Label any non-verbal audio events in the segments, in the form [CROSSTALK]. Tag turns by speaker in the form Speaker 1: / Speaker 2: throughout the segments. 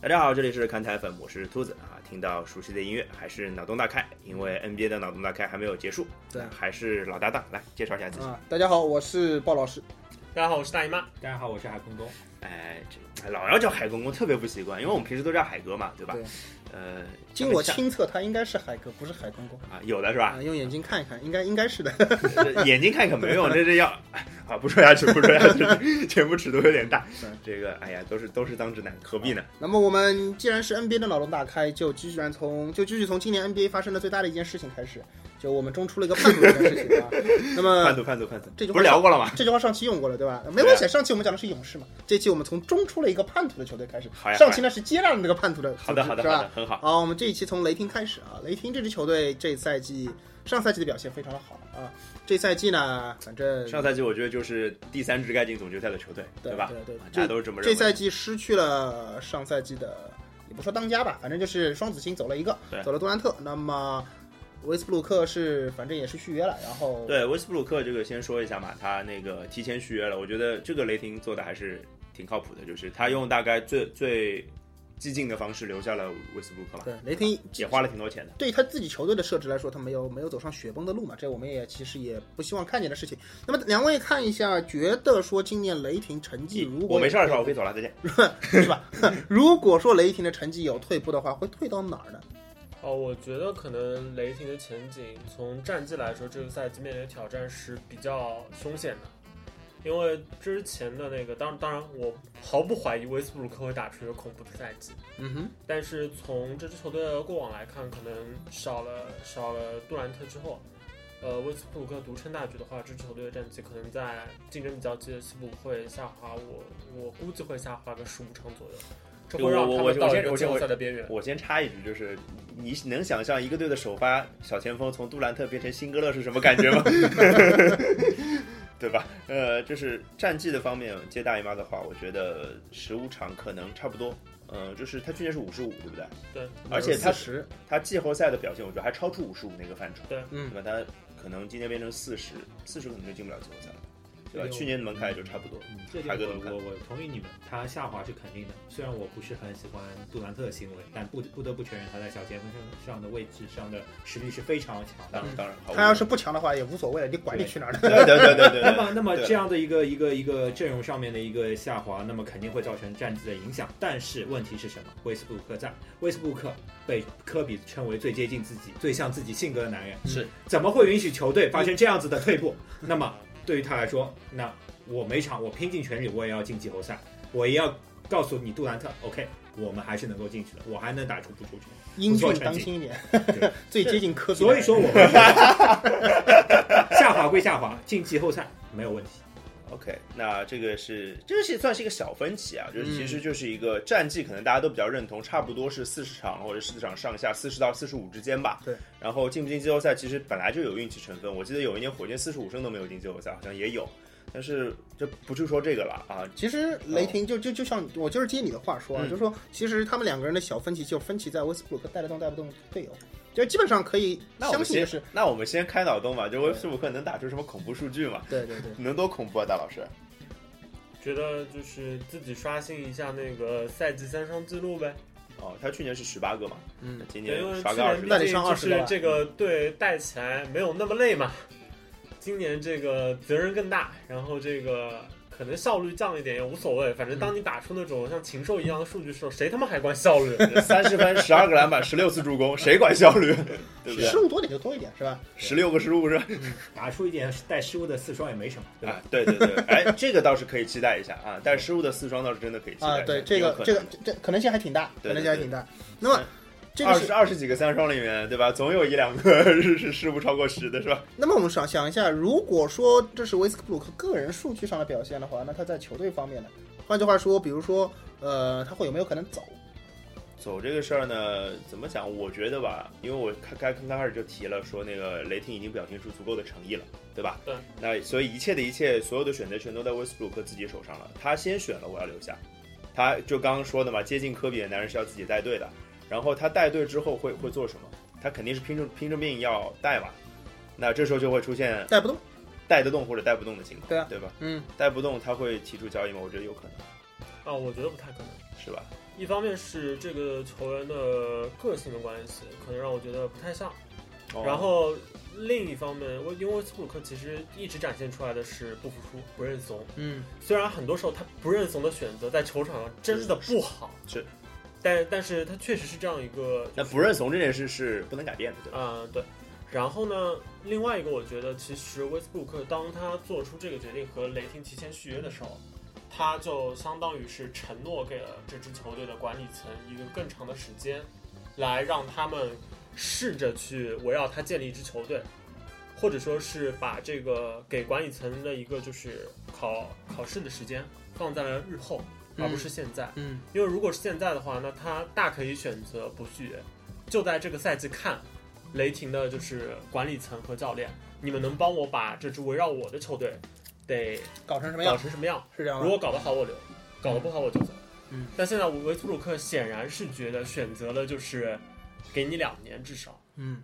Speaker 1: 大家好，这里是看台粉，我是兔子啊。听到熟悉的音乐，还是脑洞大开，因为 NBA 的脑洞大开还没有结束。
Speaker 2: 嗯对
Speaker 1: 还是老搭档来介绍一下自己。
Speaker 2: 啊，大家好，我是鲍老师。
Speaker 3: 大家好，我是大姨妈。
Speaker 4: 大家好，我是海空东。
Speaker 2: 嗯
Speaker 1: 哎，这老要叫海公公特别不习惯，因为我们平时都叫海哥嘛，对吧？
Speaker 2: 对
Speaker 1: 呃，
Speaker 2: 经我
Speaker 1: 像
Speaker 2: 亲测，他应该是海哥，不是海公公。
Speaker 1: 啊，有的是吧？
Speaker 2: 啊，用眼睛看一看，应该应该是的。 [LAUGHS] 啊
Speaker 1: 这 [LAUGHS] 眼睛看看没用，这这要啊，不说下去，不说下
Speaker 2: [LAUGHS]
Speaker 1: 去，全部尺度有点大
Speaker 2: 对。
Speaker 1: 这个，哎呀，都是都是当直男，何必呢？
Speaker 2: 那么我们既然是 NBA 的脑洞大开，就继续然从就继续从今年 NBA 发生的最大的一件事情开始，就我们中出了一个叛徒这件事
Speaker 1: [LAUGHS]
Speaker 2: 情啊。那
Speaker 1: 叛
Speaker 2: 么
Speaker 1: 徒，叛徒，叛徒，
Speaker 2: 这句
Speaker 1: 不
Speaker 2: 话
Speaker 1: 是聊过了吗？
Speaker 2: 这句话上期用过了，对吧？没关系，上期我们讲的是勇士嘛，这期我们从中出了一个叛徒的球队开始
Speaker 1: 好呀。
Speaker 2: 上期呢是接纳了那个叛徒的组织，
Speaker 1: 好的，好的，
Speaker 2: 是
Speaker 1: 好的
Speaker 2: 吧？，
Speaker 1: 很好。
Speaker 2: 好，我们这一期从雷霆开始啊。雷霆这支球队这赛季上赛季的表现非常的好啊，这赛季呢，反正
Speaker 1: 上赛季我觉得就是第三支该进总决赛的球队，
Speaker 2: 对
Speaker 1: 吧？
Speaker 2: 对对
Speaker 1: 啊，大家
Speaker 2: 这
Speaker 1: 都是这么认
Speaker 2: 这
Speaker 1: 为。
Speaker 2: 赛季失去了上赛季的，也不说当家吧，反正就是双子星走了一个
Speaker 1: 对，
Speaker 2: 走了杜兰特。那么维斯布鲁克是反正也是续约了，然后
Speaker 1: 对威斯布鲁克这个先说一下嘛，他那个提前续约了，我觉得这个雷霆做的还是挺靠谱的，就是他用大概最最激进的方式留下了威斯布鲁克嘛，
Speaker 2: 对雷霆
Speaker 1: 也花了挺多钱的。
Speaker 2: 对他自己球队的设置来说，他没有没有走上雪崩的路嘛，这我们也其实也不希望看见的事情。那么两位看一下，觉得说今年雷霆成绩如果
Speaker 1: 嗯我没事儿的时候我可以走了，再见。
Speaker 2: 是吧？如果说雷霆的成绩有退步的话，会退到哪儿呢？
Speaker 3: 哦，我觉得可能雷霆的前景从战绩来说，这个赛季面临的挑战是比较凶险的，因为之前的那个，当当然我毫不怀疑威斯布鲁克会打出一个恐怖的赛季，
Speaker 2: 嗯哼，
Speaker 3: 但是从这支球队的过往来看，可能少了少了杜兰特之后，呃，威斯布鲁克独撑大局的话，这支球队的战绩可能在竞争比较激烈的西部会下滑，我我估计会下滑个十五场左右，这会让
Speaker 1: 我
Speaker 3: 他
Speaker 1: 我
Speaker 3: 们到
Speaker 1: 我
Speaker 3: 一
Speaker 1: 先
Speaker 3: 个
Speaker 1: 我
Speaker 3: 季
Speaker 1: 先
Speaker 3: 后赛的边缘。
Speaker 1: 我先插一句，就是你能想象一个队的首发小前锋从杜兰特变成辛格勒是什么感
Speaker 2: [LAUGHS]
Speaker 1: 觉吗？对吧？呃，就是战绩的方面，接大姨妈的话，我觉得十五场可能差不多。呃，就是他去年是五十五，对不对？
Speaker 3: 对，
Speaker 1: 而且他
Speaker 2: 十，
Speaker 1: 他季后赛的表现，我觉得还超出五十五那个范畴，
Speaker 2: 嗯
Speaker 1: 对，吧？他可能今年变成四十，四十可能就进不了季后赛了，对吧？
Speaker 4: 对
Speaker 1: 去年的门槛也就差不多。
Speaker 4: 嗯，这
Speaker 1: 海
Speaker 4: 点
Speaker 1: 哥怎么
Speaker 4: 我
Speaker 1: 看
Speaker 4: 我我同意你们，他下滑是肯定的。虽然我不是很喜欢杜兰特的行为，但不不得不承认他在小前锋上的位置上的实力是非常强
Speaker 1: 当
Speaker 4: 的。
Speaker 1: 然，当然，好
Speaker 2: 他要是不强的话也无所谓了，你管你去哪儿呢？
Speaker 1: 哦对对对 [LAUGHS] 对对
Speaker 4: 那 [LAUGHS]
Speaker 1: 对，
Speaker 4: 么，那么
Speaker 1: 对
Speaker 4: 这样的一个一个一个阵容上面的一个下滑，那么肯定会造成战绩的影响。但是问题是什么？威斯布鲁克在，威斯布鲁克被科比称为最接近自己、最像自己性格的男人，
Speaker 1: 嗯是
Speaker 4: 怎么会允许球队发生这样子的退步？那么对于他来说，那我每场我拼尽全力，我也要进季后赛，我也要告诉你杜兰特，OK，我们还是能够进去的，我还能打出不出去。
Speaker 2: 英俊当心一点
Speaker 4: 对，
Speaker 2: [LAUGHS] 最接近科比。
Speaker 4: 所以说，
Speaker 1: [LAUGHS]
Speaker 4: 我们下滑归下滑，进季后赛没有问题。
Speaker 1: OK，那这个是这是算是一个小分歧啊，就是
Speaker 2: 嗯
Speaker 1: 其实就是一个战绩，可能大家都比较认同，差不多是四十场或者四十场上下，四十到四十五之间吧。
Speaker 2: 对。
Speaker 1: 然后进不进季后赛，其实本来就有运气成分。我记得有一年火箭四十五胜都没有进季后赛，好像也有。但是这不是说这个了啊，
Speaker 2: 其实雷霆就就就像我就是接你的话说啊，
Speaker 1: 嗯
Speaker 2: 就是说其实他们两个人的小分歧就分歧在威斯布鲁克带得动带不动队友，就基本上可以
Speaker 1: 那我
Speaker 2: 相
Speaker 1: 们
Speaker 2: 信
Speaker 1: 先
Speaker 2: 的是，
Speaker 1: 那我们先开脑洞吧，就威斯布鲁克能打出什么恐怖数据吗？
Speaker 2: 对对对，
Speaker 1: 能多恐怖啊，大老师？
Speaker 3: 觉得就是自己刷新一下那个赛季三双记录呗，
Speaker 1: 哦，他去年是十八个嘛，
Speaker 2: 嗯，
Speaker 1: 今
Speaker 3: 对
Speaker 1: 年
Speaker 3: 因为去
Speaker 1: 刷个二
Speaker 3: 年
Speaker 1: 十
Speaker 3: 毕
Speaker 2: 那
Speaker 1: 个，
Speaker 2: 得
Speaker 3: 竟
Speaker 2: 上20
Speaker 3: 就
Speaker 2: 了
Speaker 3: 是
Speaker 2: 吧
Speaker 3: 这个队带起来没有那么累嘛。今年这个责任更大，然后这个可能效率降一点也无所谓，反正当你打出那种像禽兽一样的数据的时候，谁他妈还管效率？ [LAUGHS]
Speaker 1: 三十分，十二个篮板，十六次助攻，谁管效率？ [LAUGHS] 对不对
Speaker 2: 失？误多点就多一点是吧？
Speaker 1: 十六个失误是吧？
Speaker 4: 打出一点带失误的四双也没什么，对吧？
Speaker 1: 啊，对对对，哎，这个倒是可以期待一下啊，但是失误的四双倒是真的可以期待
Speaker 2: 啊，
Speaker 1: 一下
Speaker 2: 对，这个这个这这可能性还挺大，
Speaker 1: 对对
Speaker 2: 可能性还挺大。那么
Speaker 1: 嗯
Speaker 2: 这
Speaker 1: 二
Speaker 2: 个是
Speaker 1: 十二十几个三双里面，对吧？总有一两个 [LAUGHS] 是是失误超过十的，是吧？
Speaker 2: 那么我们想想一下，如果说这是威斯布鲁克个人数据上的表现的话，那他在球队方面呢？换句话说，比如说，呃，他会有没有可能走？
Speaker 1: 走这个事儿呢，怎么讲？我觉得吧，因为我开开刚开始就提了，说那个雷霆已经表现出足够的诚意了，对吧？
Speaker 3: 对。
Speaker 1: 那所以一切的一切，所有的选择权都在威斯布鲁克自己手上了。他先选了我要留下，他就刚刚说的嘛，接近科比的男人是要自己带队的。然后他带队之后会会做什么？他肯定是拼着拼着命要带嘛。那这时候就会出现
Speaker 2: 带不动？
Speaker 1: 带得动或者带不动的情况，
Speaker 2: 对啊
Speaker 1: 对吧？
Speaker 2: 嗯，
Speaker 1: 带不动他会提出交易吗？我觉得有可能，
Speaker 3: 啊，我觉得不太可能。
Speaker 1: 是吧？
Speaker 3: 一方面是这个球员的个性的关系，可能让我觉得不太像。
Speaker 1: 哦
Speaker 3: 然后另一方面，我因为威斯布鲁克其实一直展现出来的是不服输、不认怂。
Speaker 2: 嗯，
Speaker 3: 虽然很多时候他不认怂的选择在球场上真的不好，
Speaker 1: 是，
Speaker 3: 但但是他确实是这样一个
Speaker 1: 那不认怂这件事是不能改变的，对吧？
Speaker 3: 啊、对。然后呢，另外一个我觉得，其实威斯布鲁克当他做出这个决定和雷霆提前续约的时候，他就相当于是承诺给了这支球队的管理层一个更长的时间，来让他们试着去围绕他建立一支球队，或者说是把这个给管理层的一个就是考考试的时间放在了日后，而不是现在。
Speaker 2: 嗯
Speaker 3: 因为如果是现在的话，那他大可以选择不续约，就在这个赛季看雷霆的就是管理层和教练，你们能帮我把这支围绕我的球队得
Speaker 2: 搞成什么
Speaker 3: 搞
Speaker 2: 样？
Speaker 3: 成什么样？
Speaker 2: 是这样
Speaker 3: 如
Speaker 2: 吗？
Speaker 3: 果搞得好我留，搞得不好我就走。
Speaker 2: 嗯，
Speaker 3: 但现在维维斯布鲁克显然是觉得选择了就是给你两年至少，
Speaker 2: 嗯，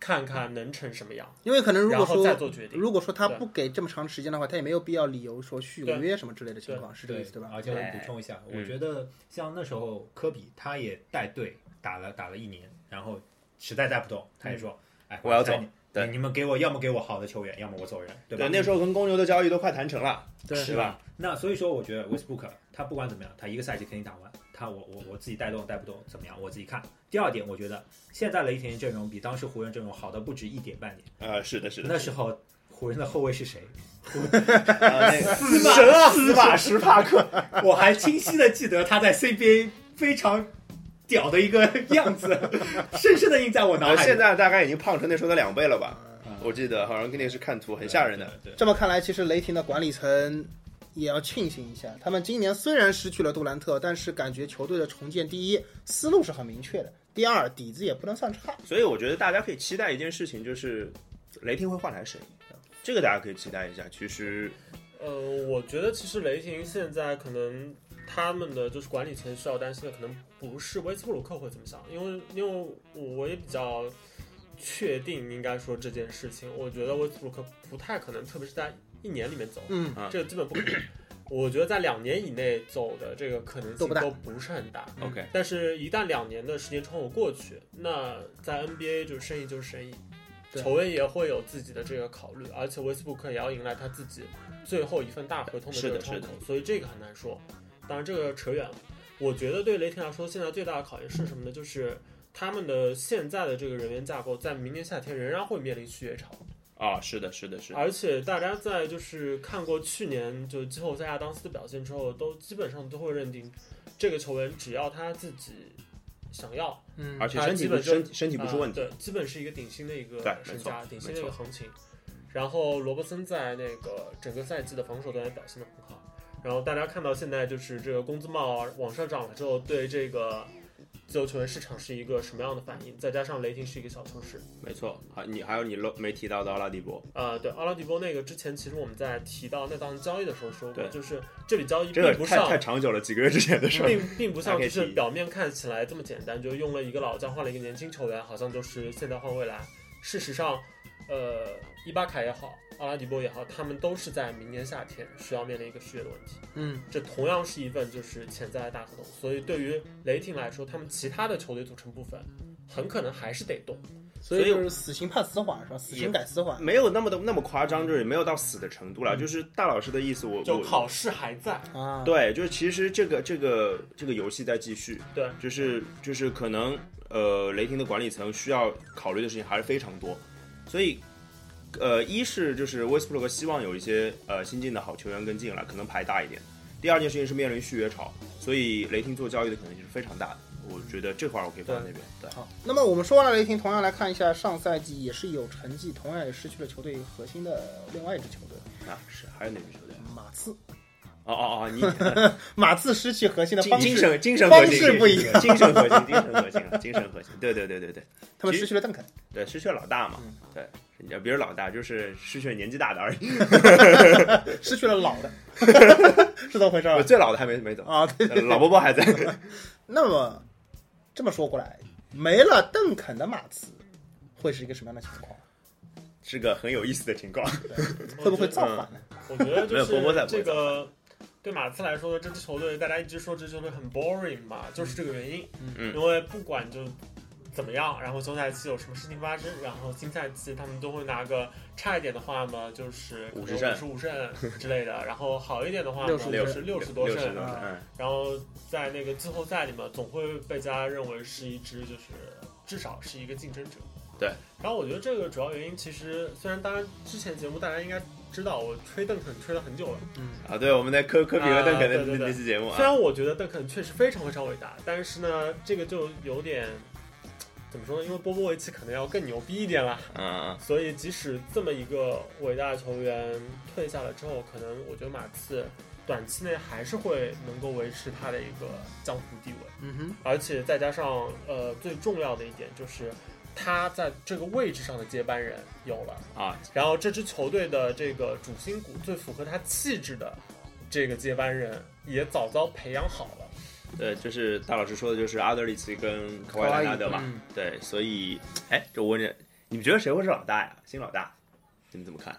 Speaker 3: 看看能成什么样，
Speaker 2: 因为可能如
Speaker 3: 然
Speaker 2: 果
Speaker 3: 后再
Speaker 2: 说
Speaker 3: 做决定。
Speaker 2: 如果说他
Speaker 3: 对
Speaker 2: 不给这么长时间的话，他也没有必要理由说续个
Speaker 3: 对
Speaker 2: 约什么之类的情况，是这个意思对吧？
Speaker 4: 而且我补充一下，
Speaker 1: 嗯
Speaker 4: 我觉得像那时候科比他也带队打了打了一年，然后实在带不动，他也说，哎，
Speaker 1: 嗯我要
Speaker 4: 再
Speaker 1: 走
Speaker 4: 你
Speaker 1: 对
Speaker 4: 你们给我要么给我好的球员，要么我走人，对吧？
Speaker 1: 对，那时候跟公牛的交易都快谈成了，
Speaker 2: 对
Speaker 1: 是
Speaker 4: 是
Speaker 1: 吧
Speaker 4: 吧？？那所以说，我觉得 Westbrook 他不管怎么样，他一个赛季肯定打完，他我我我自己带动带不动怎么样，我自己看。第二点，我觉得现在雷霆阵容比当时湖人阵容好的不止一点半点。
Speaker 1: 呃，是的，是的，
Speaker 4: 那时候湖人的后卫是谁？
Speaker 1: 呃那
Speaker 4: [LAUGHS]
Speaker 1: 个
Speaker 4: 死神啊，斯马什帕克，我还清晰的记得他在 CBA 非常屌的一个样子，深深的印在我脑海
Speaker 1: 呃，
Speaker 4: 里。
Speaker 1: 现在大概已经胖成那时候的两倍了吧？
Speaker 4: 嗯
Speaker 1: 我记得好像肯定是看图很吓人的。，
Speaker 4: 对，
Speaker 2: 呃这么看来，其实雷霆的管理层也要庆幸一下，他们今年虽然失去了杜兰特，但是感觉球队的重建，第一思路是很明确的，第二底子也不能算差。
Speaker 1: 所以我觉得大家可以期待一件事情，就是雷霆会换来谁，这个大家可以期待一下。其实
Speaker 3: 呃，我觉得其实雷霆现在可能他们的就是管理层需要担心的，可能不是威斯布鲁克会怎么想，因为因为我也比较确定，应该说这件事情，我觉得威斯布鲁克不太可能，特别是在一年里面走，
Speaker 2: 嗯
Speaker 1: 嗯
Speaker 3: 这个基本不可能。我觉得在两年以内走的这个可能
Speaker 2: 都
Speaker 3: 性
Speaker 2: 不大
Speaker 3: 都不是很大，
Speaker 2: 嗯
Speaker 1: OK，
Speaker 3: 但是，一旦两年的时间窗口过去，那在 NBA 就是生意就是生意，
Speaker 2: 对
Speaker 3: 球员也会有自己的这个考虑，而且威斯布鲁克也要迎来他自己最后一份大合同的
Speaker 1: 是
Speaker 3: 这
Speaker 1: 的
Speaker 3: 个窗
Speaker 1: 是
Speaker 3: 口
Speaker 1: 的，
Speaker 3: 所以这个很难说。当然，这个扯远了。我觉得对雷霆来说，现在最大的考验是什么呢？就是他们的现在的这个人员架构，在明年夏天仍然会面临续约潮。
Speaker 1: 啊，是的，是的，是的。
Speaker 3: 而且大家在就是看过去年就季后赛亚当斯的表现之后，都基本上都会认定这个球员只要他自己想要，
Speaker 2: 嗯
Speaker 1: 而且身体
Speaker 3: 基
Speaker 1: 不
Speaker 3: 本就
Speaker 1: 身身体不是问题，
Speaker 3: 呃对，基本是一个顶薪的一个
Speaker 1: 对
Speaker 3: 身价，
Speaker 1: 没错
Speaker 3: 顶薪的一个行情。然后罗伯森在那个整个赛季的防守端也表现得很好。然后大家看到现在就是这个工资帽啊往上涨了之后，对这个自由球员市场是一个什么样的反应？再加上雷霆是一个小城市，
Speaker 1: 没错。好，你还有你漏没提到的奥拉迪波，
Speaker 3: 呃，对，奥拉迪波那个之前，其实我们在提到那档交易的时候说过，
Speaker 1: 对
Speaker 3: 就是这笔交易
Speaker 1: 这
Speaker 3: 并
Speaker 1: 个
Speaker 3: 不
Speaker 1: 太
Speaker 3: 像
Speaker 1: 太长久了，几个月之前的事儿。
Speaker 3: 并并不像
Speaker 1: 大
Speaker 3: 就
Speaker 1: 概
Speaker 3: 是
Speaker 1: 提
Speaker 3: 表面看起来这么简单，就用了一个老将换了一个年轻球员，好像就是现在换未来。事实上，呃，伊巴卡也好，奥拉迪波也好，他们都是在明年夏天需要面临一个续约的问题。
Speaker 2: 嗯，
Speaker 3: 这同样是一份就是潜在的大合同，所以对于雷霆来说，他们其他的球队组成部分很可能还是得动。
Speaker 2: 所
Speaker 1: 所
Speaker 2: 以
Speaker 1: 以
Speaker 2: 就是死刑判死缓是吧？死刑改死缓。
Speaker 1: 没有那么的那么夸张，就是也没有到死的程度了。就是大老师的意思，我
Speaker 3: 就
Speaker 1: 我
Speaker 3: 考试还在，
Speaker 2: 啊，
Speaker 1: 对，就是其实这个这个这个游戏在继续，
Speaker 3: 对，
Speaker 1: 就是就是可能呃，雷霆的管理层需要考虑的事情还是非常多，所以呃，一是就是威斯布鲁克希望有一些呃新进的好球员跟进来，可能牌大一点。第二件事情是面临续约潮，所以雷霆做交易的可能性是非常大的。我觉得这块儿我可以放在那边。对，
Speaker 2: 好，那么我们说完了雷霆，同样来看一下上赛季也是有成绩，同样也失去了球队一个核心的另外一支球队
Speaker 1: 啊是还有哪支球队？啊
Speaker 2: 马刺。
Speaker 1: 哦哦哦，你
Speaker 2: 马刺失去核心的
Speaker 1: 精
Speaker 2: 方
Speaker 1: 精
Speaker 2: 式，
Speaker 1: 神精神
Speaker 2: 方
Speaker 1: 核心
Speaker 2: 式不一样
Speaker 1: 精神核心精神核心了，精神核心。对对对对对
Speaker 2: 他们失去了邓肯。
Speaker 1: 对，失去了老大嘛
Speaker 2: 嗯，
Speaker 1: 对。也不是老大，就是失去了年纪大的而已。
Speaker 2: 失去了老
Speaker 3: [LAUGHS]
Speaker 2: 的，是这么回事
Speaker 1: 我
Speaker 2: 儿
Speaker 1: 最老的还没没走，
Speaker 4: [LAUGHS]
Speaker 2: 啊？对。
Speaker 1: 老伯伯还在。
Speaker 2: 那么这么说过来，没了邓肯的马刺会是一个什么样的情况？
Speaker 1: 是个很有意思的情况。
Speaker 2: 会不会造反呢？
Speaker 3: 我觉得
Speaker 1: 没有
Speaker 3: 就
Speaker 1: 波波在波
Speaker 3: 是这个对马刺来说，这支球队大家一直说这支球队很 boring 嘛，就是这个原因。
Speaker 1: 嗯
Speaker 3: 因为不管就怎么样，然后休赛期有什么事情发生，然后新赛期他们都会拿个差一点的话嘛，就是
Speaker 1: 50
Speaker 3: 五十五胜之类的，然后好一点的话呢，
Speaker 2: 65
Speaker 3: 就
Speaker 1: 六
Speaker 3: 是六十多啊
Speaker 1: 六十
Speaker 3: 胜
Speaker 1: 多，胜，嗯
Speaker 3: 然后在那个季后赛里面，总会被大家认为是一支就是至少是一个竞争者。
Speaker 1: 对。
Speaker 3: 然后我觉得这个主要原因，其实虽然当然之前节目大家应该知道，我吹邓肯吹了很久了。
Speaker 2: 嗯
Speaker 1: 啊，对，我们在科科比和邓肯的
Speaker 3: 啊对对
Speaker 1: 那
Speaker 3: 对
Speaker 1: 那期节目
Speaker 3: 虽
Speaker 1: 啊，
Speaker 3: 然我觉得邓肯确实非常非常伟大，但是呢，这个就有点怎么说呢？因为波波维奇可能要更牛逼一点啦，
Speaker 1: 嗯嗯
Speaker 3: 所以即使这么一个伟大的球员退下了之后，可能我觉得马刺短期内还是会能够维持他的一个江湖地位。
Speaker 2: 嗯哼，
Speaker 3: 而且再加上呃，最重要的一点就是，他在这个位置上的接班人有了，
Speaker 1: 嗯啊，
Speaker 3: 然后这支球队的这个主心骨最符合他气质的这个接班人也早早培养好了。
Speaker 1: 对，就是大老师说的，就是阿德里奇跟
Speaker 2: 可
Speaker 1: 科怀莱
Speaker 2: 爱
Speaker 1: 纳德嘛，
Speaker 2: 嗯，
Speaker 1: 对，所以，哎，这我问你，你们觉得谁会是老大呀？新老大，你们怎么看？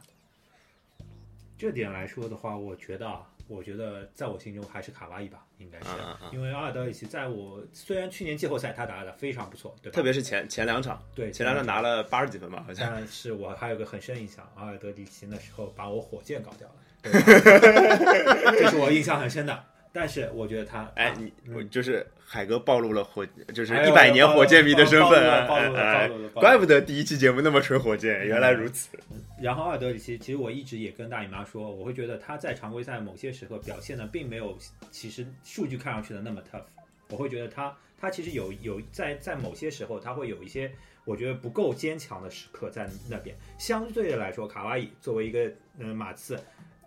Speaker 4: 这点来说的话，我觉得啊，我觉得在我心中还是卡哇伊吧，应该是
Speaker 1: 嗯嗯，嗯
Speaker 4: 因为阿尔德里奇在我虽然去年季后赛他打得非常不错，对吧？
Speaker 1: 特别是前前两场，
Speaker 4: 对
Speaker 1: 前两场拿，了八十几分吧，好像。
Speaker 4: 但是我还有个很深印象，阿尔德里奇那时候把我火箭搞掉了，对吧 [LAUGHS] 这是我印象很深的。但是我觉得他，
Speaker 1: 哎
Speaker 4: 他，
Speaker 1: 你
Speaker 4: 嗯
Speaker 1: 我就是海哥暴露了火，就是
Speaker 4: 哎
Speaker 1: 一
Speaker 4: 呦
Speaker 1: 百年火箭迷的身份啊！
Speaker 4: 暴露了
Speaker 1: 哎哎
Speaker 4: 暴露了暴露了暴露了暴露了
Speaker 1: 怪不得第一期节目那么吹火箭，原来如此。
Speaker 4: 然后阿尔德里奇，其实我一直也跟大姨妈说，我会觉得他在常规赛某些时刻表现的并没有，其实数据看上去的那么 tough。我会觉得他他其实有有在在某些时候他会有一些我觉得不够坚强的时刻在那边。相对的来说，卡哇伊作为一个嗯、呃马刺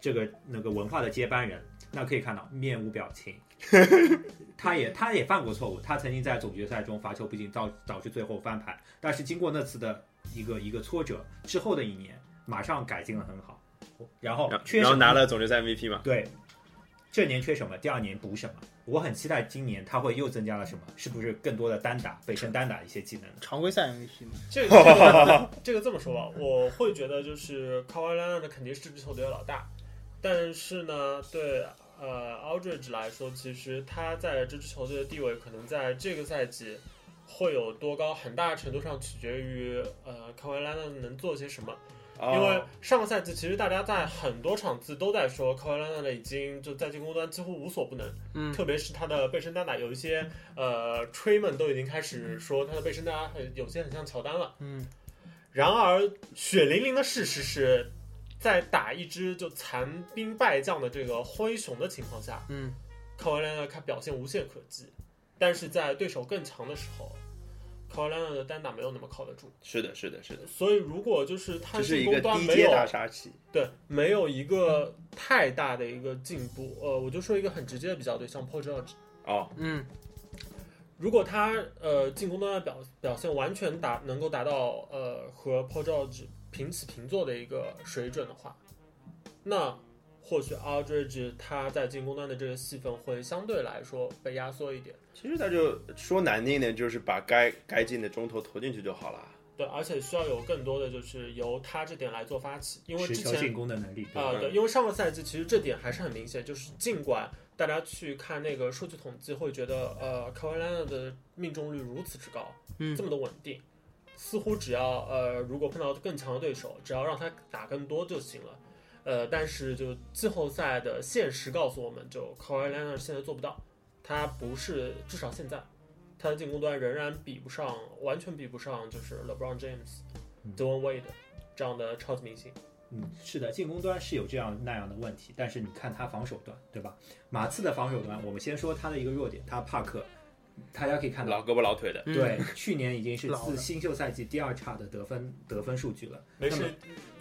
Speaker 4: 这个那个文化的接班人，那可以看到面无表
Speaker 1: [LAUGHS]
Speaker 4: 情。他也他也犯过错误，他曾经在总决赛中罚球不进，导导致最后翻盘。但是经过那次的一个一个挫折之后的一年，马上改进了很好。然后
Speaker 1: 然后
Speaker 4: 确
Speaker 1: 然
Speaker 4: 实
Speaker 1: 后拿了总决赛 MVP 嘛，
Speaker 4: 对，这年缺什么，第二年补什么。我很期待今年他会又增加了什么，是不是更多的单打、背身单打一些技能呢？
Speaker 2: 常规赛 MVP 嘛， [LAUGHS]
Speaker 3: 这个、这个、这个这么说吧，我会觉得就是卡瓦莱纳的肯定是这支球队的老大，但是呢，对呃 Aldridge 来说，其实他在这支球队的地位可能在这个赛季会有多高，很大程度上取决于呃卡瓦莱纳能做些什么。
Speaker 1: 哦
Speaker 3: 因为
Speaker 2: 哦
Speaker 3: 上个赛季其实大家在很多场次都在说科 a 拉 l 已经就在进攻端几乎无所不能，
Speaker 2: 嗯
Speaker 3: 特别是他的背身单打，有一些呃吹们都已经开始说他的背身单打很有些很像乔丹了。
Speaker 2: 嗯，
Speaker 3: 然而血淋淋的事实是，在打一支就残兵败将的这个灰熊的情况下，
Speaker 2: 嗯，
Speaker 3: 科 a 拉 l 他表现无懈可击，但是在对手更强的时候。科 a 拉 l 的单打没有那么靠得住，
Speaker 1: 是的，是的，是的，
Speaker 3: 所以如果就是他
Speaker 1: 这是
Speaker 3: 进
Speaker 1: 一
Speaker 3: 攻
Speaker 1: 个
Speaker 3: 端
Speaker 1: 低
Speaker 3: 没
Speaker 1: 阶
Speaker 3: 有
Speaker 1: 大杀器。
Speaker 3: 对，没有一个太大的一个进步。呃，我就说一个很直接的比较对，像 Paul George，
Speaker 1: 哦，
Speaker 2: 嗯，
Speaker 3: 如果他呃进攻端的表表现完全达能够达到呃和 Paul George 平起平坐的一个水准的话，那或许 Aldridge 他在进攻端的这个戏份会相对来说被压缩一点。
Speaker 1: 其实他就说难听一点，就是把该该进的中投投进去就好了。
Speaker 3: 对，而且需要有更多的就是由他这点来做发起，因为
Speaker 4: 持
Speaker 3: 之
Speaker 4: 球
Speaker 3: 前
Speaker 4: 进攻的能力，对吧
Speaker 3: 啊、
Speaker 1: 嗯
Speaker 3: 对，因为上个赛季其实这点还是很明显，就是尽管大家去看那个数据统计，会觉得呃卡 a 莱 l 的命中率如此之高，
Speaker 2: 嗯
Speaker 3: 这么的稳定，似乎只要呃如果碰到更强的对手，只要让他打更多就行了。呃，但是就季后赛的现实告诉我们，就卡 a 莱 l 现在做不到，他不是至少现在，他的进攻端仍然比不上，完全比不上就是 LeBron James、
Speaker 4: 嗯
Speaker 3: Dwayne Wade 这样的超级明星。
Speaker 4: 嗯，是的，进攻端是有这样那样的问题，但是你看他防守端，对吧？马刺的防守端，我们先说他的一个弱点，他帕克，大家可以
Speaker 3: 嗯
Speaker 4: 看
Speaker 1: 老
Speaker 4: 到，
Speaker 1: 胳膊老腿的，
Speaker 4: 对，去年已经是
Speaker 2: 老了
Speaker 4: 自新秀赛季第二差的得分得分数据了。
Speaker 3: 没
Speaker 4: 那么
Speaker 3: 事，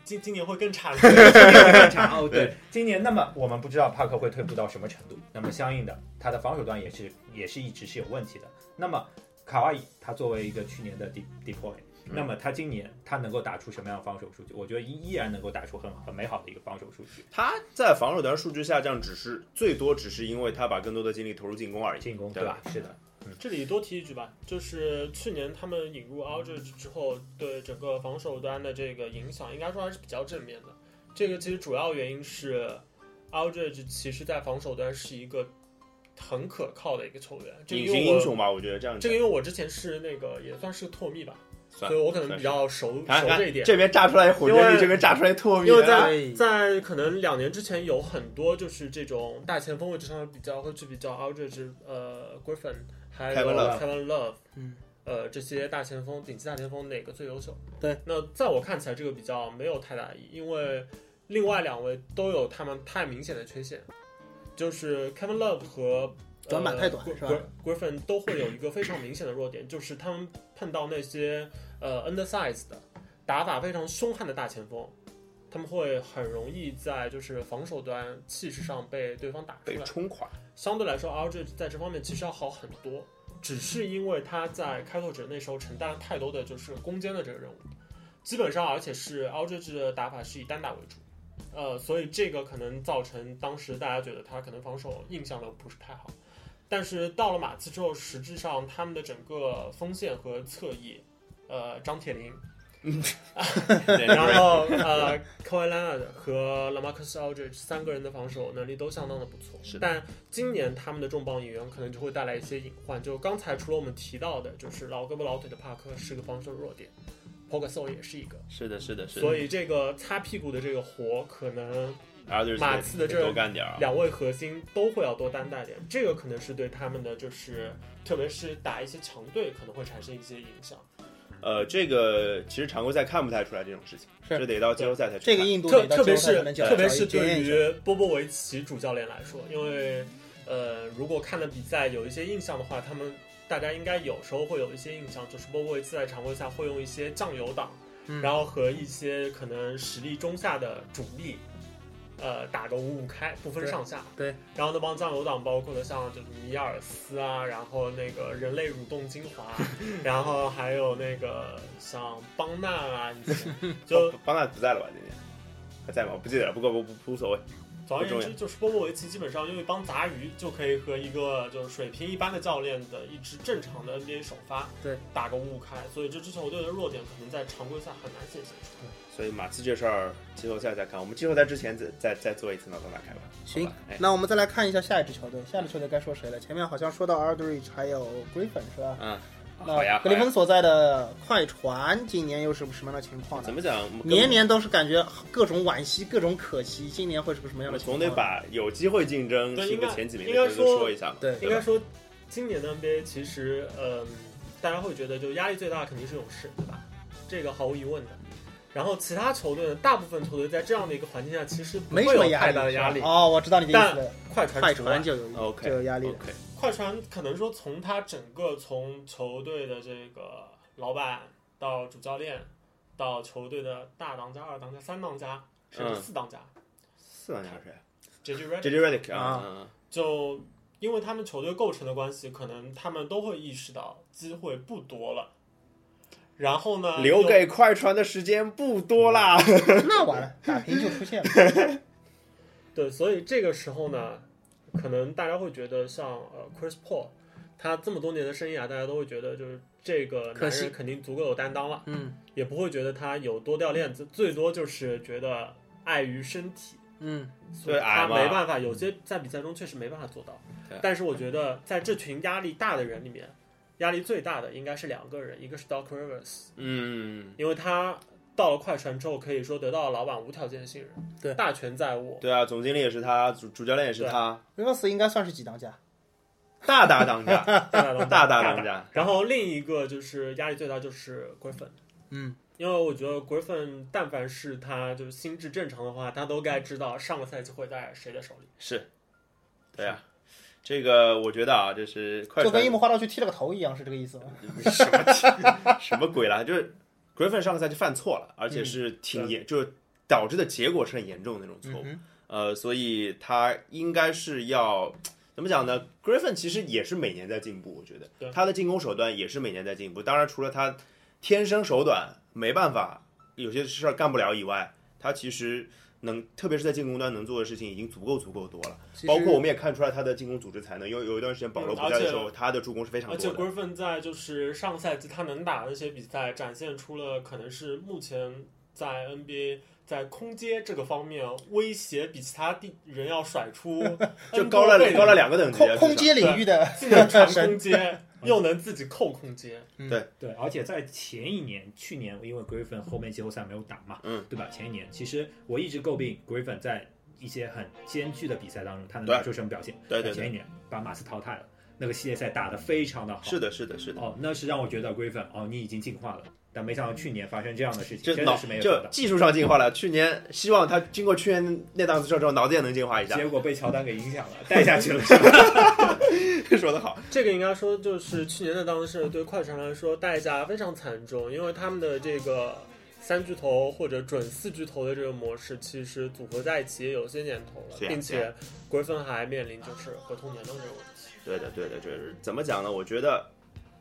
Speaker 3: 今今年会更差的。
Speaker 1: [LAUGHS]
Speaker 4: 更长哦。对，今年那么我们不知道帕克会退步到什么程度，那么相应的他的防守端也是也是一直是有问题的。那么卡哇伊他作为一个去年的 deep deploy，那
Speaker 1: 嗯
Speaker 4: 么他今年他能够打出什么样的防守数据？我觉得依依然能够打出很很美好的一个防守数据，
Speaker 1: 他在防守端数据下降，只是最多只是因为他把更多的精力投入进攻而已。
Speaker 4: 进攻
Speaker 1: 对吧
Speaker 4: 吧？是的，
Speaker 3: 这里多提一句吧，就是去年他们引入 Aldridge 之后，对整个防守端的这个影响，应该说还是比较正面的。这个其实主要原因是 Aldridge 其实在防守端是一个很可靠的一个球员，这个
Speaker 1: 隐
Speaker 3: 因
Speaker 1: 形
Speaker 3: 为
Speaker 1: 英
Speaker 3: 我
Speaker 1: 雄吧，我觉得这样
Speaker 3: 这个
Speaker 1: 讲
Speaker 3: 因为我之前是那个也算是拓密吧，
Speaker 1: 算
Speaker 3: 所以我可能比较熟
Speaker 1: 看
Speaker 3: 熟
Speaker 1: 看
Speaker 3: 这一点。
Speaker 1: 这边炸出来火箭
Speaker 3: 因
Speaker 1: 力，
Speaker 3: 为
Speaker 1: 这边炸出来拓米
Speaker 3: 因为
Speaker 1: 啊
Speaker 3: 在
Speaker 2: 对
Speaker 3: 在可能两年之前，有很多就是这种大前锋位置上的比较，会去比较 Aldridge、呃 Griffin 还有
Speaker 1: Kevin Love
Speaker 3: Kevin Love，
Speaker 2: 嗯，
Speaker 3: 呃这些大前锋顶级大前锋哪个最优秀？
Speaker 2: 对，
Speaker 3: 那在我看起来这个比较没有太大意义，因为另外两位都有他们太明显的缺陷，就是 Kevin Love 和。呃
Speaker 2: 短板太短是吧
Speaker 3: Gri- Gri-？Griffin 都会有一个非常明显的弱点，就是他们碰到那些呃 undersize 的打法非常凶悍的大前锋，他们会很容易在就是防守端气势上被对方打出
Speaker 1: 被
Speaker 3: 来。
Speaker 1: 冲垮，
Speaker 3: 相对来说 r g 在这方面其实要好很多，只是因为他在开拓者那时候承担了太多的就是攻坚的这个任务，基本上而且是 r g 的打法是以单打为主，呃，所以这个可能造成当时大家觉得他可能防守印象都不是太好。但是到了马刺之后，实质上他们的整个锋线和侧翼，呃，张铁林，然后呃 k a w i l e n a r 和 Lamarcus Aldridge 三个人的防守能力都相当的不错，
Speaker 1: 是的
Speaker 3: 但今年他们的重磅引援可能就会带来一些隐患。就刚才除了我们提到的，就是老胳膊老腿的帕克是个防守弱点 p o g a s o 也是一个，
Speaker 1: 是的，是的，是的。
Speaker 3: 所以这个擦屁股的这个活，可能
Speaker 1: 然后就是
Speaker 3: 马刺的这
Speaker 1: 多干点儿啊，
Speaker 3: 两位核心都会要多担待点，这个可能是对他们的就是，特别是打一些强队可能会产生一些影响。
Speaker 1: 呃，这个其实常规赛看不太出来这种事情，
Speaker 2: 是
Speaker 1: 这得到季后赛才出
Speaker 2: 这
Speaker 1: 来。
Speaker 2: 个印度
Speaker 3: 特
Speaker 2: 得到
Speaker 3: 特
Speaker 2: 季
Speaker 3: 别
Speaker 2: 后赛
Speaker 3: 是
Speaker 2: 才能讲
Speaker 3: 特别
Speaker 2: 讲
Speaker 3: 是
Speaker 2: 一
Speaker 3: 对
Speaker 2: 检验一下
Speaker 3: 于波波维奇主教练来说，因为呃，如果看的比赛有一些印象的话，他们大家应该有时候会有一些印象，就是波波维奇在常规赛会用一些酱油党，
Speaker 2: 嗯
Speaker 3: 然后和一些可能实力中下的主力。呃，打个五五开，不分
Speaker 2: 对
Speaker 3: 上下。
Speaker 2: 对
Speaker 3: 然后那帮酱油党包括了像就是米尔斯啊，然后那个人类蠕动精
Speaker 2: [LAUGHS]
Speaker 3: 华，然后还有那个像邦纳啊，以前就
Speaker 1: 邦纳不在了吧？今年还在吗？我不记得了，不过不不不无所谓。
Speaker 3: 总而言
Speaker 1: 不重
Speaker 3: 之，就是波波维奇基本上用一帮杂鱼就可以和一个就是水平一般的教练的一支正常的 NBA 首发
Speaker 2: 对
Speaker 3: 打个五五开，所以这支球队的弱点可能在常规赛很难显现出来。
Speaker 1: 所以马刺这事儿季后赛再看，我们季后赛之前再再再做一次脑洞大开吧。
Speaker 2: 行
Speaker 1: 好吧，哎，
Speaker 2: 那我们再来看一下下一支球队，下一支球队该说谁了？前面好像说到 Aldridge 还有 Griffin 是吧？
Speaker 1: 嗯，好呀，
Speaker 2: 那
Speaker 1: 好
Speaker 2: 格林
Speaker 1: 呀。
Speaker 2: 芬所在的快船今年又是什么样的情况
Speaker 1: 怎
Speaker 2: 呢？
Speaker 1: 么讲？我们
Speaker 2: 年年都是感觉各种惋惜，各种可惜，今年会是个什么
Speaker 1: 我
Speaker 2: 样
Speaker 1: 们
Speaker 2: 的情
Speaker 1: 总
Speaker 2: 况
Speaker 1: 得
Speaker 2: 呢？
Speaker 1: 把有机会竞争
Speaker 3: 对
Speaker 1: 是一个
Speaker 3: 应该
Speaker 1: 前几名的
Speaker 3: 应该
Speaker 1: 球队
Speaker 3: 说
Speaker 1: 说一下嘛。
Speaker 2: 对
Speaker 1: 对吧
Speaker 3: 应该说，今年的 NBA 其实，嗯、大家会觉得就压力最大肯定是勇士，对吧？这个毫无疑问的。然后其他球队呢，大部分球队在这样的一个环境下，其实不
Speaker 2: 没
Speaker 3: 会
Speaker 2: 什么
Speaker 3: 有太
Speaker 2: 压
Speaker 3: 大的
Speaker 2: 力
Speaker 3: 压力。
Speaker 2: 哦，我知道你的意思了，
Speaker 3: 快船
Speaker 2: 快
Speaker 3: 除外
Speaker 2: 船就有一
Speaker 1: OK
Speaker 2: 就有压力了。
Speaker 1: OK，
Speaker 3: 快船可能说从他整个从球队的这个老板到主教练，到球队的大当家、二当家、三当家，甚至
Speaker 1: 嗯
Speaker 3: 四当家
Speaker 1: 四万加谁
Speaker 3: ，JJ r e d d i
Speaker 1: ？JJ Redick
Speaker 2: 啊
Speaker 1: 啊，嗯
Speaker 3: 就因为他们球队构成的关系，可能他们都会意识到机会不多了。然后呢，
Speaker 1: 嗯留
Speaker 3: 又
Speaker 1: 给快船的时间不多啦。
Speaker 2: 那完了，打平就出现了。
Speaker 3: 对，所以这个时候呢，可能大家会觉得像呃 Chris Paul，他这么多年的生涯，大家都会觉得就是这个
Speaker 2: 可
Speaker 3: 男
Speaker 2: 惜
Speaker 3: 人肯定足够有担当了。
Speaker 2: 嗯
Speaker 3: 也不会觉得他有多掉链子，最多就是觉得碍于身体，
Speaker 2: 嗯，
Speaker 3: 所以
Speaker 1: 对
Speaker 3: 他
Speaker 1: 矮嘛嗯
Speaker 3: 没办法。有些在比赛中确实没办法做到
Speaker 1: 对，
Speaker 3: 但是我觉得在这群压力大的人里面，压力最大的应该是两个人，一个是 Doc Rivers，
Speaker 1: [LAUGHS] 嗯，
Speaker 3: 因为他到了快船之后，可以说得到了老板无条件信任，
Speaker 2: 对
Speaker 3: 大权在握。
Speaker 1: 对啊，总经理也是他，主主教练也是
Speaker 3: 对
Speaker 1: 他，
Speaker 2: r i v e r 应该算是几当家，
Speaker 1: 大大当
Speaker 2: [LAUGHS]
Speaker 1: 家， [LAUGHS] 大大当家。
Speaker 3: 然后另一个就是压力最大就是 Griffin，
Speaker 2: 嗯，
Speaker 3: 因为我觉得 Griffin 但凡是他就是心智正常的话，他都该知道上个赛季会在谁的手里。
Speaker 1: 是，对啊，这个我觉得啊，就是快
Speaker 2: 就
Speaker 1: 船
Speaker 2: 跟樱木花道去剃了个头一样，是这个意思吗？
Speaker 1: 什么什么鬼啦？就是 Griffin 上个赛季犯错了，而且是挺严，就是导致的结果是很严重的那种错误。
Speaker 2: 嗯
Speaker 1: 呃，所以他应该是要怎么讲呢？Griffin 其实也是每年在进步，我觉
Speaker 3: 对
Speaker 1: 得他的进攻手段也是每年在进步。当然，除了他天生手短没办法，有些事儿干不了以外，他其实能，特别是在进攻端能做的事情已经足够足够多了。
Speaker 2: 其实
Speaker 1: 包括我们也看出来他的进攻组织才能，因为有一段时间保罗
Speaker 3: 嗯
Speaker 1: 不
Speaker 3: 而
Speaker 1: 在的
Speaker 3: 且
Speaker 1: 时候，他的助攻是非常
Speaker 3: 而
Speaker 1: 多的
Speaker 3: 且。Griffin 在就是上赛季他能打的一些比赛，展现出了可能是目前在 NBA 在空接这个方面威胁比其他地人要甩出
Speaker 1: [LAUGHS] 就
Speaker 3: N
Speaker 1: 高
Speaker 3: 多
Speaker 1: 了
Speaker 3: 倍
Speaker 1: 高了两个等级
Speaker 2: 空
Speaker 1: 啊，
Speaker 2: 空
Speaker 1: 至
Speaker 2: 接领域的
Speaker 3: 既能传
Speaker 1: [LAUGHS]
Speaker 3: 空接，又能自己扣空接。
Speaker 4: 对，而且在前一年，去年因为 Griffin 后面季后赛没有打嘛，
Speaker 1: 嗯，
Speaker 4: 对吧？前一年其实我一直诟病 Griffin 在一些很艰巨的比赛当中，他能
Speaker 1: 对
Speaker 4: 打出什么表现？
Speaker 1: 少对对
Speaker 4: 前一
Speaker 1: 对，
Speaker 4: 年把马刺淘汰了，那个系列赛打得非常的好，
Speaker 1: 是的，是的，是的，
Speaker 4: 哦，那是让我觉得 Griffin 哦，你已经进化了，但没想到去年发生这样的事情，
Speaker 1: 这
Speaker 4: 真
Speaker 1: 脑
Speaker 4: 的是没有想
Speaker 1: 这
Speaker 4: 到。
Speaker 1: 技术上进化了，去年希望他经过去年那档子事之后，脑子也能进化一下
Speaker 4: 结。果被乔丹给影响了，带下
Speaker 1: [LAUGHS]
Speaker 4: 去了。 [LAUGHS]
Speaker 1: 说得好，
Speaker 3: 这个应该说就是去年的当事对快船来说代价非常惨重，因为他们的这个三巨头或者准四巨头的这个模式，其实组合在一起也有些年头了
Speaker 1: 是，呀啊
Speaker 3: 并
Speaker 1: 是呀
Speaker 3: 且规分还面临就是合同年龄这个问题。
Speaker 1: 对的，对的，就是怎么讲呢？我觉得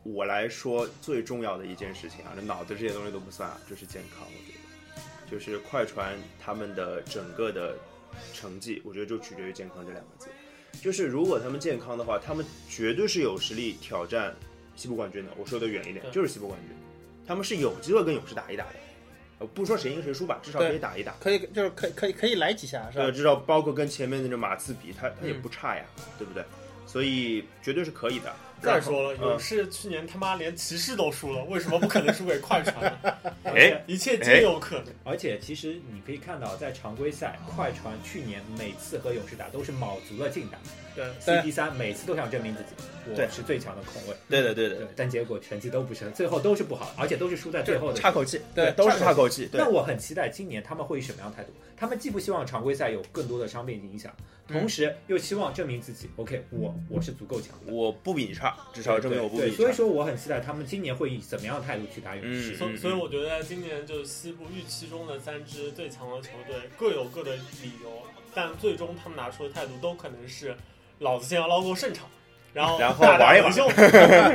Speaker 1: 我来说最重要的一件事情啊，这脑子这些东西都不算啊，就是健康。我觉得，就是快船他们的整个的成绩，我觉得就取决于健康这两个字。就是如果他们健康的话，他们绝对是有实力挑战西部冠军的。我说的远一点
Speaker 3: 对，
Speaker 1: 就是西部冠军，他们是有机会跟勇士打一打的。呃，不说谁赢谁输吧，至少
Speaker 2: 对
Speaker 1: 可以打一打。
Speaker 2: 可以就是可以可以可以来几下是
Speaker 1: 呃，
Speaker 2: 吧？
Speaker 1: 至少包括跟前面那种马刺比，他他也不差呀，对不对？所以绝对是可以的。
Speaker 3: 再说了，
Speaker 1: 然后嗯
Speaker 3: 勇士去年他妈连骑士都输了，为什么不可能输给快船
Speaker 1: [LAUGHS]
Speaker 3: 呢？
Speaker 1: 嗯哎，
Speaker 3: 一切皆有可能。
Speaker 4: 而且其实你可以看到，在常规赛，快船去年每次和勇士打都是卯足了劲打
Speaker 3: 对，
Speaker 4: ，CP 三每次都想证明自己，
Speaker 1: 对
Speaker 4: 我是最强的控卫。
Speaker 1: 对的，对的
Speaker 4: 对，，但结果成绩都不是，最后都是不好，而且都是输在最后的。
Speaker 1: 差口气，
Speaker 2: 对
Speaker 1: 都是
Speaker 2: 差
Speaker 1: 差口气，对
Speaker 4: 那，我很期待今年他们会以什么样的态度？他们既不希望常规赛有更多的伤病影响，
Speaker 1: 嗯
Speaker 4: 同时又希望证明自己。OK，我我是足够强的。
Speaker 1: 我不比你差，至少证明我不比
Speaker 4: 对，
Speaker 1: 你差。
Speaker 4: 所以说我很期待他们今年会以怎么样的态度去打勇士。
Speaker 1: 嗯
Speaker 3: 所所以我觉得今年就是西部预期中的三支最强的球队各有各的理由，但最终他们拿出的态度都可能是老子先要捞够胜场，然后
Speaker 1: 然后
Speaker 3: 大
Speaker 1: 玩一
Speaker 3: 打
Speaker 1: 玩
Speaker 3: 不休。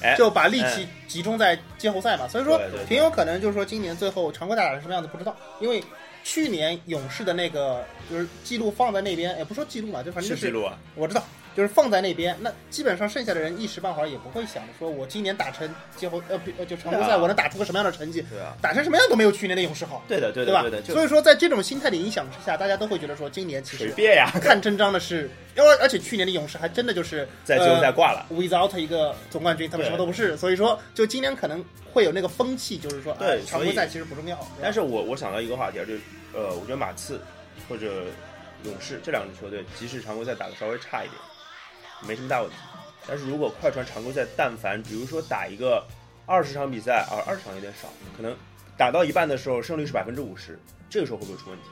Speaker 1: 哎
Speaker 2: 就把力气集中在季后赛嘛，所以说
Speaker 1: 对对对
Speaker 2: 挺有可能就是说今年最后常规赛打成什么样子不知道，因为去年勇士的那个就是记录放在那边，也不说记录嘛，就反正就是
Speaker 1: 记
Speaker 2: 是
Speaker 1: 录啊，
Speaker 2: 我知道，就是放在那边，那基本上剩下的人一时半会儿也不会想着说我今年打成季后呃不呃就常规
Speaker 1: 对
Speaker 2: 赛
Speaker 1: 啊
Speaker 2: 我能打出个什么样的成绩，
Speaker 1: 对啊，
Speaker 2: 打成什么样都没有去年的勇士好，
Speaker 1: 对的，对
Speaker 2: 吧
Speaker 1: 的，对的，？就
Speaker 2: 所以说在这种心态的影响之下，大家都会觉得说今年其
Speaker 1: 随
Speaker 2: 实
Speaker 1: 便呀，
Speaker 2: 看真章的是，因为而且去年的勇士还真的就是呃
Speaker 1: 在季后赛挂了。
Speaker 2: without 一个总冠军，他们什么都不是，所以说就今年可能会有那个风气，就是说，
Speaker 1: 对
Speaker 2: 哎常规赛其实不重要，
Speaker 1: 但是我我想到一个话题啊，就是呃，我觉得马刺或者勇士这两支球队，即使常规赛打的稍微差一点，没什么大问题。但是如果快船常规赛但凡比如说打一个二十场比赛啊，二十场有点少，可能打到一半的时候胜率是百分之五十，这个时候会不会出问题？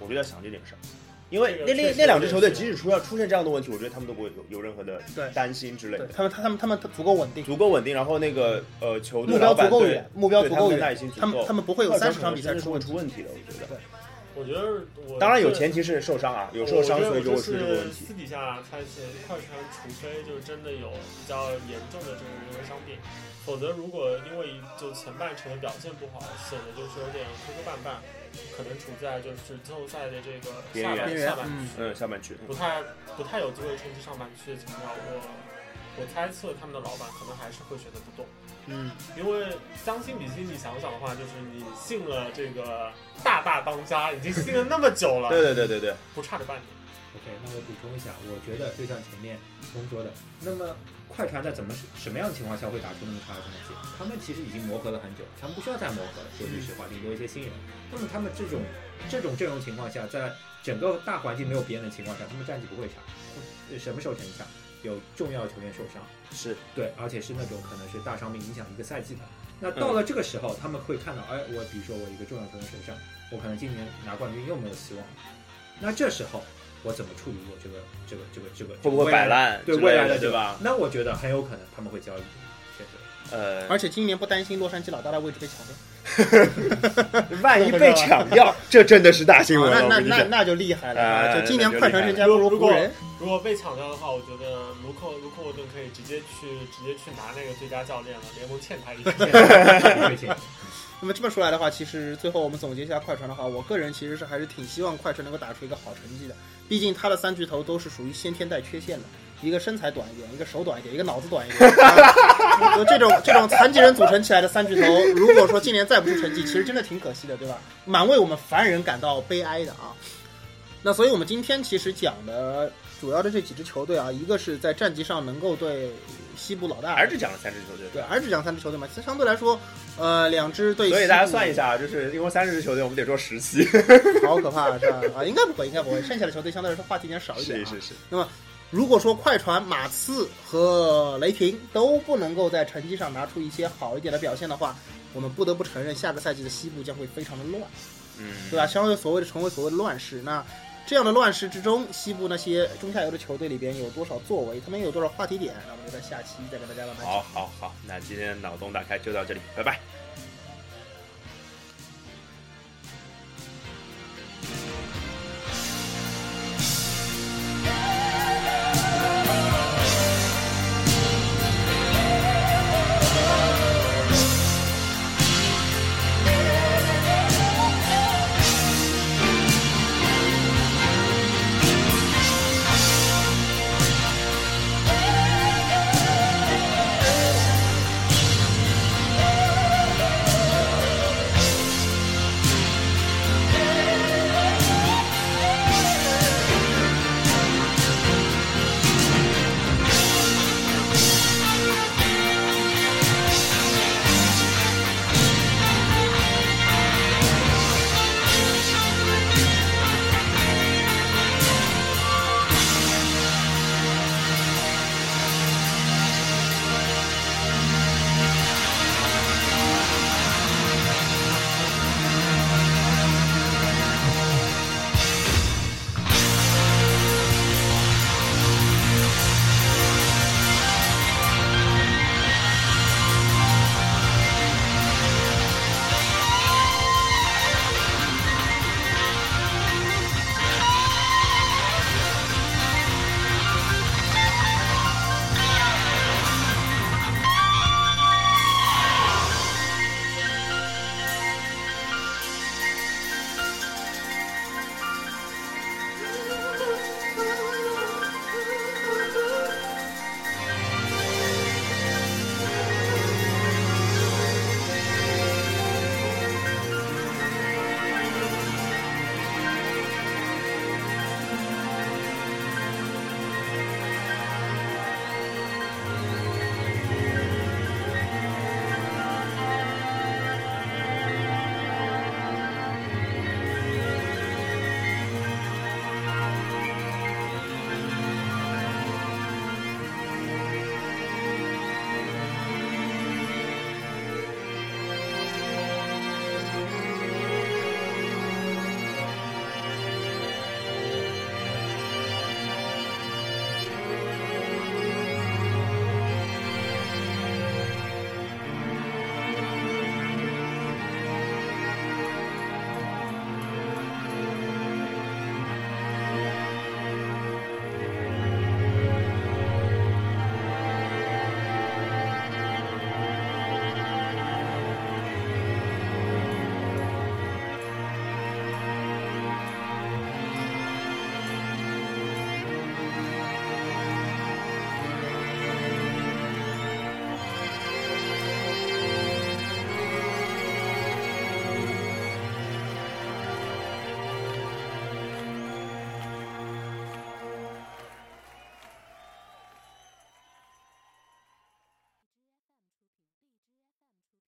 Speaker 1: 我就在想这件事儿，因为那
Speaker 3: 这个确
Speaker 1: 那
Speaker 3: 实
Speaker 1: 那两支
Speaker 3: 是
Speaker 1: 球队即使出要出现这样的问题，我觉得他们都不会有有任何的
Speaker 2: 对
Speaker 1: 担心之类
Speaker 2: 对
Speaker 1: 的，
Speaker 2: 他们他他们他们足够稳定，
Speaker 1: 足够稳定。然后那个呃球队
Speaker 2: 目标
Speaker 1: 老板
Speaker 2: 足够
Speaker 1: 对
Speaker 2: 远，目标
Speaker 1: 对
Speaker 2: 足
Speaker 1: 他们
Speaker 2: 够
Speaker 1: 的
Speaker 2: 远，
Speaker 1: 耐心足
Speaker 2: 他们
Speaker 1: 够
Speaker 2: 他。们不会有
Speaker 1: 快船
Speaker 2: 三十场比赛
Speaker 1: 可能真的是
Speaker 2: 出
Speaker 1: 会
Speaker 2: 问题
Speaker 1: 出。问题的，我觉得。
Speaker 3: 我觉得我
Speaker 1: 当然有
Speaker 3: 这
Speaker 1: 前提是受伤啊，有受伤所以就会出这个问
Speaker 3: 我觉得我这是
Speaker 1: 题。
Speaker 3: 私底下发现，快船除非就真的有比较严重的这个人为伤病，否则如果因为就前半程的表现不好，显得就是有点磕磕绊绊，可能处在就是季后赛的这个
Speaker 1: 边
Speaker 3: 下
Speaker 1: 缘
Speaker 3: 半
Speaker 2: 边缘
Speaker 3: 下半
Speaker 2: 嗯
Speaker 3: 区，
Speaker 1: 嗯，下半区
Speaker 3: 不太不太有机会冲击上半区的情况下，我我猜测他们的老板可能还是会选择不动。
Speaker 2: 嗯，
Speaker 3: 因为将心比心，你想想的话，就是你信了这个大大当家，已经信了那么久了，
Speaker 1: 对对对对对，
Speaker 3: 不差这半年。
Speaker 4: OK，那我补充一下，我觉得就像前面东说的，那么快船在怎么什么样的情况下会打出那么差的成绩？他们其实已经磨合了很久，他们不需要再磨合了。说句实话，顶多一些新人。那么他们这种这种阵容情况下，在整个大环境没有别人的情况下，他们战绩不会差。呃什么时候成绩差？有重要球员受伤，
Speaker 1: 是
Speaker 4: 对，而且是那种可能是大伤病影响一个赛季的。那
Speaker 1: 嗯
Speaker 4: 到了这个时候，他们会看到，哎，我比如说我一个重要球员受伤，我可能今年拿冠军又没有希望了。那这时候我怎么处理我这个这个这个这个
Speaker 1: 会不会摆？烂？
Speaker 4: 对未来的
Speaker 1: 的
Speaker 4: 这
Speaker 1: 对
Speaker 4: 个
Speaker 1: 吧？
Speaker 4: 那我觉得很有可能他们会交易
Speaker 1: [LAUGHS]
Speaker 4: 选择。
Speaker 1: 呃，
Speaker 2: 而且今年不担心洛杉矶老大的位置被抢掉，
Speaker 1: 万一被抢掉，这真的是大新闻
Speaker 2: 那
Speaker 3: 啊
Speaker 1: 了。我
Speaker 2: 那
Speaker 1: 跟你
Speaker 2: 那
Speaker 1: 讲，
Speaker 2: 那就厉害了啊，
Speaker 1: 哎
Speaker 2: 就今年快船身价
Speaker 3: 那
Speaker 2: 不
Speaker 3: 就
Speaker 2: 如湖
Speaker 3: 厉害了
Speaker 2: 人，
Speaker 3: 如果被抢掉的话，我觉得卢克卢克沃顿可以直接去直接去拿那个最佳教练了，联盟欠他一个。
Speaker 2: 那么这么说来的话，其实最后我们总结一下快船的话，我个人其实是还是挺希望快船能够打出一个好成绩的。毕竟他的三巨头都是属于先天带缺陷的，一个身材短一点，一个手短一点，一个脑子短一点。啊就这种这种残疾人组成起来的三巨头，如果说今年再不出成绩，其实真的挺可惜的，对吧？蛮为我们凡人感到悲哀的啊。那所以我们今天其实讲的主要的这几支球队啊，一个是在战绩上能够对西部老大
Speaker 1: 还是讲了三支球队。
Speaker 3: 啊
Speaker 2: 对，还是讲三支球队嘛。其实相对来说，呃，两支对，
Speaker 1: 所以大家算一，下啊，就是一共三十支球队，我们得做十期。
Speaker 2: 好可怕，是吧？啊，应该不会，应该不会。剩下的球队相对来说话题有点少一点、啊。
Speaker 1: 是是是，
Speaker 2: 如果说快船、马刺和雷霆都不能够在成绩上拿出一些好一点的表现的话，我们不得不承认，下个赛季的西部将会非常的乱，
Speaker 1: 嗯，
Speaker 3: 啊
Speaker 2: 对吧？相对所谓的成为所谓的乱世。那这样的乱世之中，西部那些中下游的球队里边有多少作为，他们有多少话题点？那我们就在下期再跟大家慢慢讲。
Speaker 1: 好好好，那今天脑洞大开就到这里，拜拜。